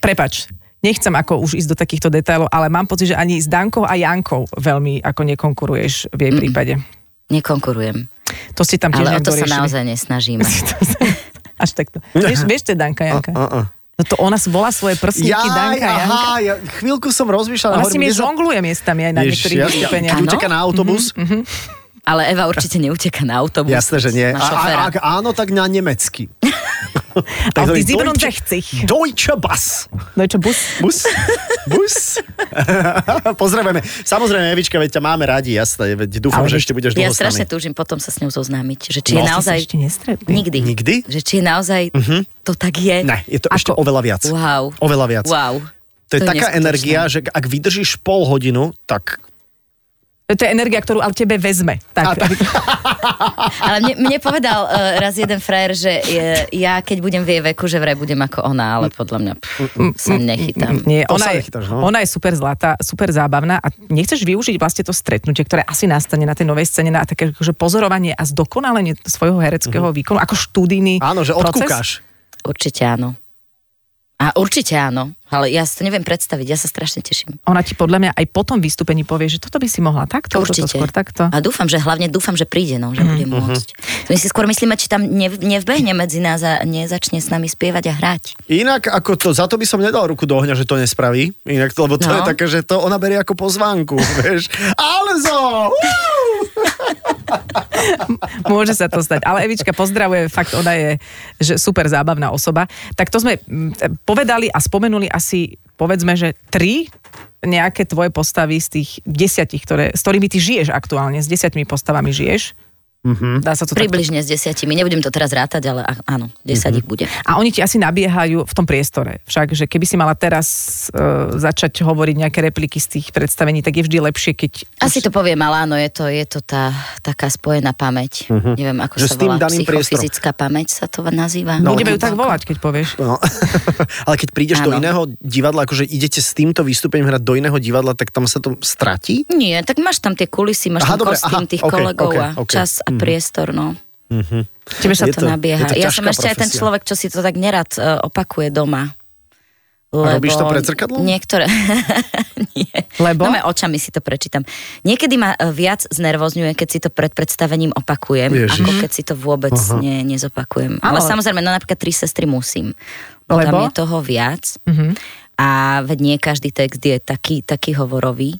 E: prepač, nechcem ako už ísť do takýchto detailov, ale mám pocit, že ani s Dankou a Jankou veľmi ako nekonkuruješ v jej prípade.
B: Nekonkurujem.
E: To si tam tiež
B: Ale o
E: nejak
B: to sa
E: doriešili.
B: naozaj
C: (laughs)
B: nesnažíme.
E: Až takto. Vieš, vieš, čo je Danka, Janka?
C: a, a.
E: No to ona volá svoje prsníky
C: Jaj,
E: Danka, Janka.
C: aha, ja chvíľku som rozmýšľal.
E: Ona
C: hovorím,
E: si mi
C: kde sa-
E: žongluje miestami aj na
C: Ježiš,
E: niektorých
C: ja-
E: vystúpeniach. no? Mhm.
C: keď Uteká na autobus?
B: Ale Eva určite neuteka na autobus.
C: Jasné, že nie.
B: Na
C: A-
B: šoféra.
C: a- Ak áno, tak na
B: (laughs)
C: nemecky.
E: Auf
C: to je
E: die
C: Deutsche-
E: 67.
C: Deutsche Bus.
E: No čo, bus?
B: (laughs)
C: Bus? Bus? (laughs) Pozdravujeme. Samozrejme, Evička, veď ťa máme radi, jasné. Veď dúfam,
E: Ale
C: že ešte budeš
B: Ja
C: dlho s
B: strašne
C: nami.
B: túžim potom sa s ňou zoznámiť, že či je
E: No,
B: naozaj...
E: si sa ešte nestretli.
B: Nikdy.
C: Nikdy? Mhm.
B: Že či je naozaj... To tak je.
C: Ne, je to ešte
B: Ako-
C: oveľa viac.
B: Wow.
C: Oveľa viac.
B: Wow.
C: To je taká
B: neskutočné.
C: energia, že ak vydržíš pol hodinu, tak
E: To je energia, ktorú ale tebe vezme. Tak.
B: Ale mne, mne povedal uh, raz jeden frajer, že je, ja keď budem v jej veku, že vraj budem ako ona, ale podľa mňa pff, sa nechytám.
E: Nie,
C: Mm, To
E: ona,
C: sa
E: je,
C: nechytáš, no.
E: ona je super zlatá, super zábavná a nechceš využiť vlastne to stretnutie, ktoré asi nastane na tej novej scéne na také akože pozorovanie a zdokonalenie svojho hereckého výkonu, ako študijný
C: Mhm. áno, že
E: proces.
C: odkúkaš.
B: Určite áno. A určite áno, ale ja si to neviem predstaviť, ja sa strašne teším.
E: Ona ti podľa mňa aj po tom vystúpení povie, že toto by si mohla takto,
B: Určite.
E: toto skôr takto. Mhm.
B: A dúfam, že hlavne dúfam, že príde, no, že bude môcť.
C: Mhm.
B: My si skôr myslíme, či tam nev, nevbehne medzi nás a nezačne s nami spievať a hrať.
C: Inak, ako to, za to by som nedal ruku do ohňa, že to nespraví. Inak, to- lebo to
B: No.
C: je také, že to ona berie ako pozvánku, (laughs) vieš. Alzo!
E: Môže sa to stať. Ale Evička pozdravuje, fakt ona je že super zábavná osoba. Tak to sme mm, povedali a spomenuli asi, povedzme, že tri nejaké tvoje postavy z tých desiatich, ktoré, s ktorými ty žiješ aktuálne, s desiatimi postavami žiješ. Mm-hmm. Dá sa to takto
B: Približne s desiatimi, nebudem to teraz rátať, ale a- áno,
C: Mhm.
B: desať ich bude.
E: A oni ti asi nabiehajú v tom priestore. Však, že keby si mala teraz e, začať hovoriť nejaké repliky z tých predstavení, tak je vždy lepšie, keď...
B: Asi to poviem, ale áno, je to, je to tá taká spojená pamäť. Neviem, ako
C: Mhm. Že
B: sa
C: s tým
B: volá,
C: daným
B: psychofyzická pamäť sa to nazýva.
E: No, Budeme ju tak volať, keď povieš.
C: No. (laughs) Ale keď prídeš do
B: Áno.
C: iného divadla, akože idete s týmto výstupením hrať do iného divadla, tak tam sa to stratí?
B: Nie, tak máš tam tie kulisy, máš
C: Aha,
B: tam
C: dobre,
B: kostým
C: aha,
B: tých
C: ok,
B: kolegov
C: ok,
B: a
C: ok. Mhm.
B: čas a priestor, no.
E: Tebe sa
B: Sa
C: Je
B: to,
C: to-
B: nabieha.
C: je to
B: ja som
C: ťažká
B: ešte aj ten
C: profesia.
B: človek, čo si to tak nerad e, opakuje doma.
C: A robíš to pred zrkadlom?
B: Niektoré... (laughs) Nie.
E: Lebo?
B: No, očami si to prečítam. Niekedy ma e, viac znervozňuje, keď si to pred predstavením opakujem,
C: Ježiš.
B: ako keď si to vôbec ne, nezopakujem. Ale
E: Áno.
B: samozrejme, no napríklad tri sestry musím. Lebo? Tam
E: Lebo?
B: je toho viac. A veď nie každý text je taký, taký hovorový.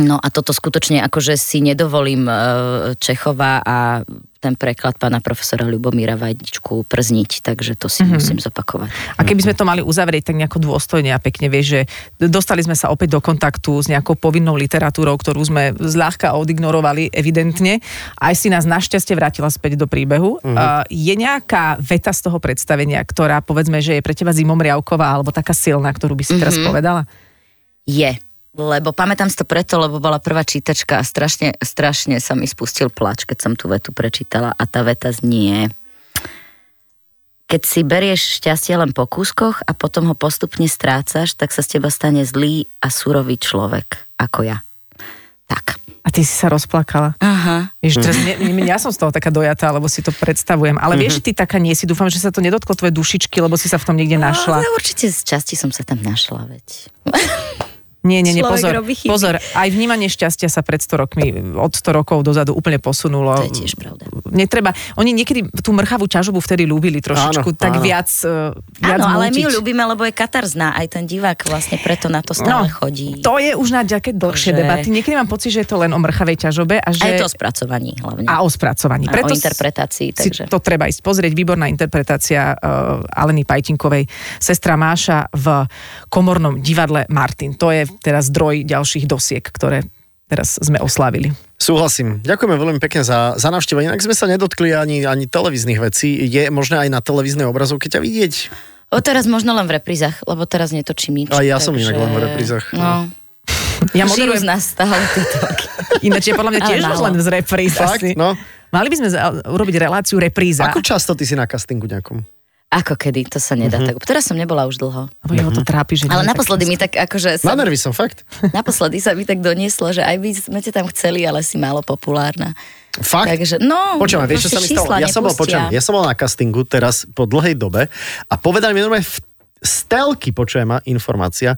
B: No a toto skutočne akože si nedovolím e, Čechova a ten preklad pána profesora Ľubomíra Vajdičku przniť, takže to si musím zopakovať.
E: A keby sme to mali uzavrieť tak nejako dôstojne a pekne, vieš, že dostali sme sa opäť do kontaktu s nejakou povinnou literatúrou, ktorú sme zľahka odignorovali evidentne. Aj si nás našťastie vrátila späť do príbehu. Uh-huh. Je nejaká veta z toho predstavenia, ktorá povedzme, že je pre teba zimom riavková alebo taká silná, ktorú by si teraz povedala?
B: Je. Lebo pamätám si to preto, lebo bola prvá čítačka a strašne, strašne sa mi spustil plač, keď som tú vetu prečítala a tá veta znie. Keď si berieš šťastie len po kúskoch a potom ho postupne strácaš, tak sa z teba stane zlý a surový človek, ako ja. Tak.
E: A ty si sa rozplakala.
B: Aha.
E: Vieš, teraz ne, ne, ja som z toho taká dojatá, lebo si to predstavujem. Ale vieš, že ty taká nie si. Dúfam, že sa to nedotklo No, tvojej dušičky, lebo si sa v tom niekde našla.
B: Ale určite z časti som sa tam našla, veď.
E: Nie, nie, nie,
F: Človek
E: pozor,
F: robí chyby.
E: pozor, aj vnímanie šťastia sa pred 100 rokmi, od 100 rokov dozadu úplne posunulo.
B: To je tiež pravda.
E: Netreba, oni niekedy tú mrchavú ťažobu vtedy ľúbili trošičku,
C: Áno,
E: tak
C: áno.
E: viac, eh,
B: Áno,
E: viac
B: ale my
E: mútiť.
B: ju ľúbime, lebo je katarzná. Aj ten divák vlastne preto na to stále chodí.
E: No, To je už na ďaké
B: Že-
E: dlhšie debaty. Niekedy mám pocit, že je to len o mrchavej ťažobe a
B: A
E: že...
B: je to o spracovaní hlavne.
E: a o
B: A
E: spracovaní.
B: o
E: s-
B: interpretácii,
E: si
B: takže.
E: to treba ísť pozrieť. Výborná interpretácia uh, Aleny Pajtinkovej, sestra Máša v komornom divadle Martin. To je teraz zdroj ďalších dosiek, ktoré teraz sme oslávili.
C: Súhlasím. Ďakujeme veľmi pekne za, za návštevu. Inak sme sa nedotkli ani, ani televíznych vecí. Je možné aj na televíznej obrazovke ťa vidieť?
B: O teraz možno len v reprízach, lebo teraz netočím nič.
C: A ja som inak len v reprízach.
B: No. Ja Žijú
E: Ja
B: z
E: moderujem,
B: nás stále tieto.
E: ináč je podľa mňa
B: Ale
E: tiež už
B: málo.
E: len z repríz
C: Fakt?
E: asi.
C: No.
E: Mali by sme za- urobiť reláciu repríza.
C: Ako často ty si na castingu nejakom?
B: (laughs) Ako kedy, to sa
C: Mhm.
B: nedá. Mm-hmm. Tak, teraz som nebola už dlho.
E: Lebo jeho to trápi, že
B: Ale
E: nie je
B: naposledy mi tak akože sa,
C: Na nervy som, fakt.
B: naposledy sa mi tak donieslo, že aj vy sme ťa tam chceli, ale si málo populárna.
C: Fakt?
B: Takže, no,
C: Počúvaj, vieš,
B: proste
C: čo sa mi stalo?
B: čísla
C: Ja som, bol,
B: nepustia.
C: počúvaj, ja som bol na castingu teraz po dlhej dobe a povedali mi normálne v stelky, počujem ma informácia,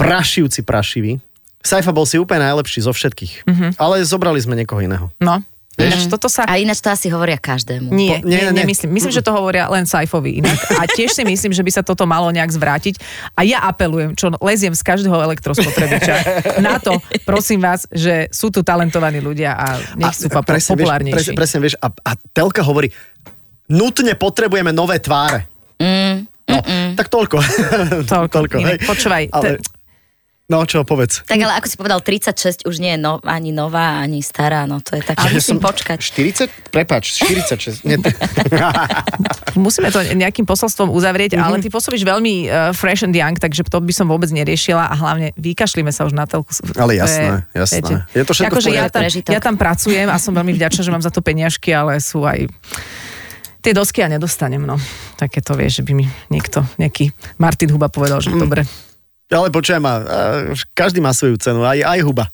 C: prašivci prašiví. Saifa bol si úplne najlepší zo všetkých, ale zobrali sme niekoho iného.
E: No, ináč toto sa...
B: A ináč to asi hovoria každému.
E: Nie,
C: Po- nie,
E: nie,
C: nie.
E: nie, nemyslím. Myslím, že to hovoria len Saifovi inak. A tiež si myslím, že by sa toto malo nejak zvrátiť. A ja apelujem, čo leziem z každého elektrospotrebiča, na to, prosím vás, že sú tu talentovaní ľudia a nech sú
C: A-
E: pop- populárnejší.
C: Vieš, presne, presne, vieš, a, a telka hovorí, nutne potrebujeme nové tváre. Mm, no, tak toľko.
E: Toľko, inak počúvaj,
C: Ale,
E: te-
C: no čo, povedz.
B: Tak ale ako si povedal, 36 už nie je no, ani nová, ani stará, no to je tak. Ale musím počkať.
C: 40? Prepač, 46. Nie, t-
E: Musíme to nejakým posolstvom uzavrieť, mm-hmm. ale
C: Mhm.
E: ty pôsobíš veľmi uh, fresh and young, takže to by som vôbec neriešila a hlavne vykašlíme sa už na telku.
C: Ale
E: To je-
C: jasné, jasné.
E: viete.
C: Je to všetko v
E: akože ja,
C: poriadku.
E: tam,
B: Prežitok.
E: ja tam pracujem a som veľmi vďačná, že mám za to peniažky, ale sú aj tie dosky ja nedostanem, no. Také to vieš, že by mi niekto, nejaký Martin Huba povedal, že
C: Mm.
E: dobre.
C: ale počujem ma, e, každý má svoju cenu, aj, aj huba.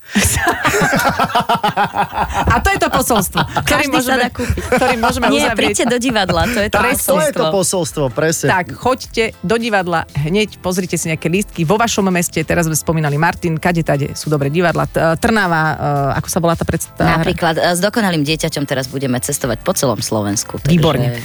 E: A to je to posolstvo, ktorým
B: Každý sa
E: môžeme,
B: dá kúpiť.
E: ktorým môžeme
B: Nie,
E: uzavrieť.
B: príďte do divadla, to je to
C: Tak, to je to
B: posolstvo.
C: posolstvo, presne.
E: (laughs) Tak, choďte do divadla hneď, pozrite si nejaké lístky vo vašom meste. Teraz sme spomínali Martin, kade tade sú dobré divadla. T- Trnava, e, ako sa volá tá predstava?
B: Napríklad e, s dokonalým dieťaťom teraz budeme cestovať po celom Slovensku. Takže...
E: Výborne.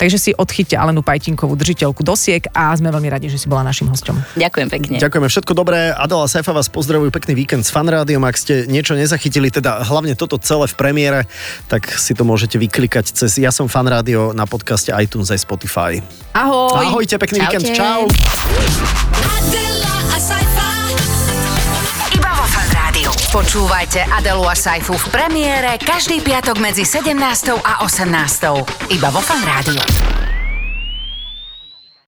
E: Takže si odchyťte Alenu Pajtinkovú, držiteľku dosiek a sme veľmi radi, že si bola našim hostom.
B: Ďakujem pekne.
C: Ďakujeme, všetko dobré. Adela Saifa vás pozdravujú, pekný víkend s fanrádiom. Ak ste niečo nezachytili, teda hlavne toto celé v premiére, tak si to môžete vyklikať cez Ja som fanrádio na podcaste iTunes aj Spotify.
E: Ahoj!
C: Ahojte, pekný
B: Čaute.
C: víkend, čau.
D: Adela, a sci-fi.
A: Iba vo Fan Rádiu. Počúvajte Adelu a Saifu v premiére každý piatok medzi 17. a 18. Iba vo Fan Rádiu.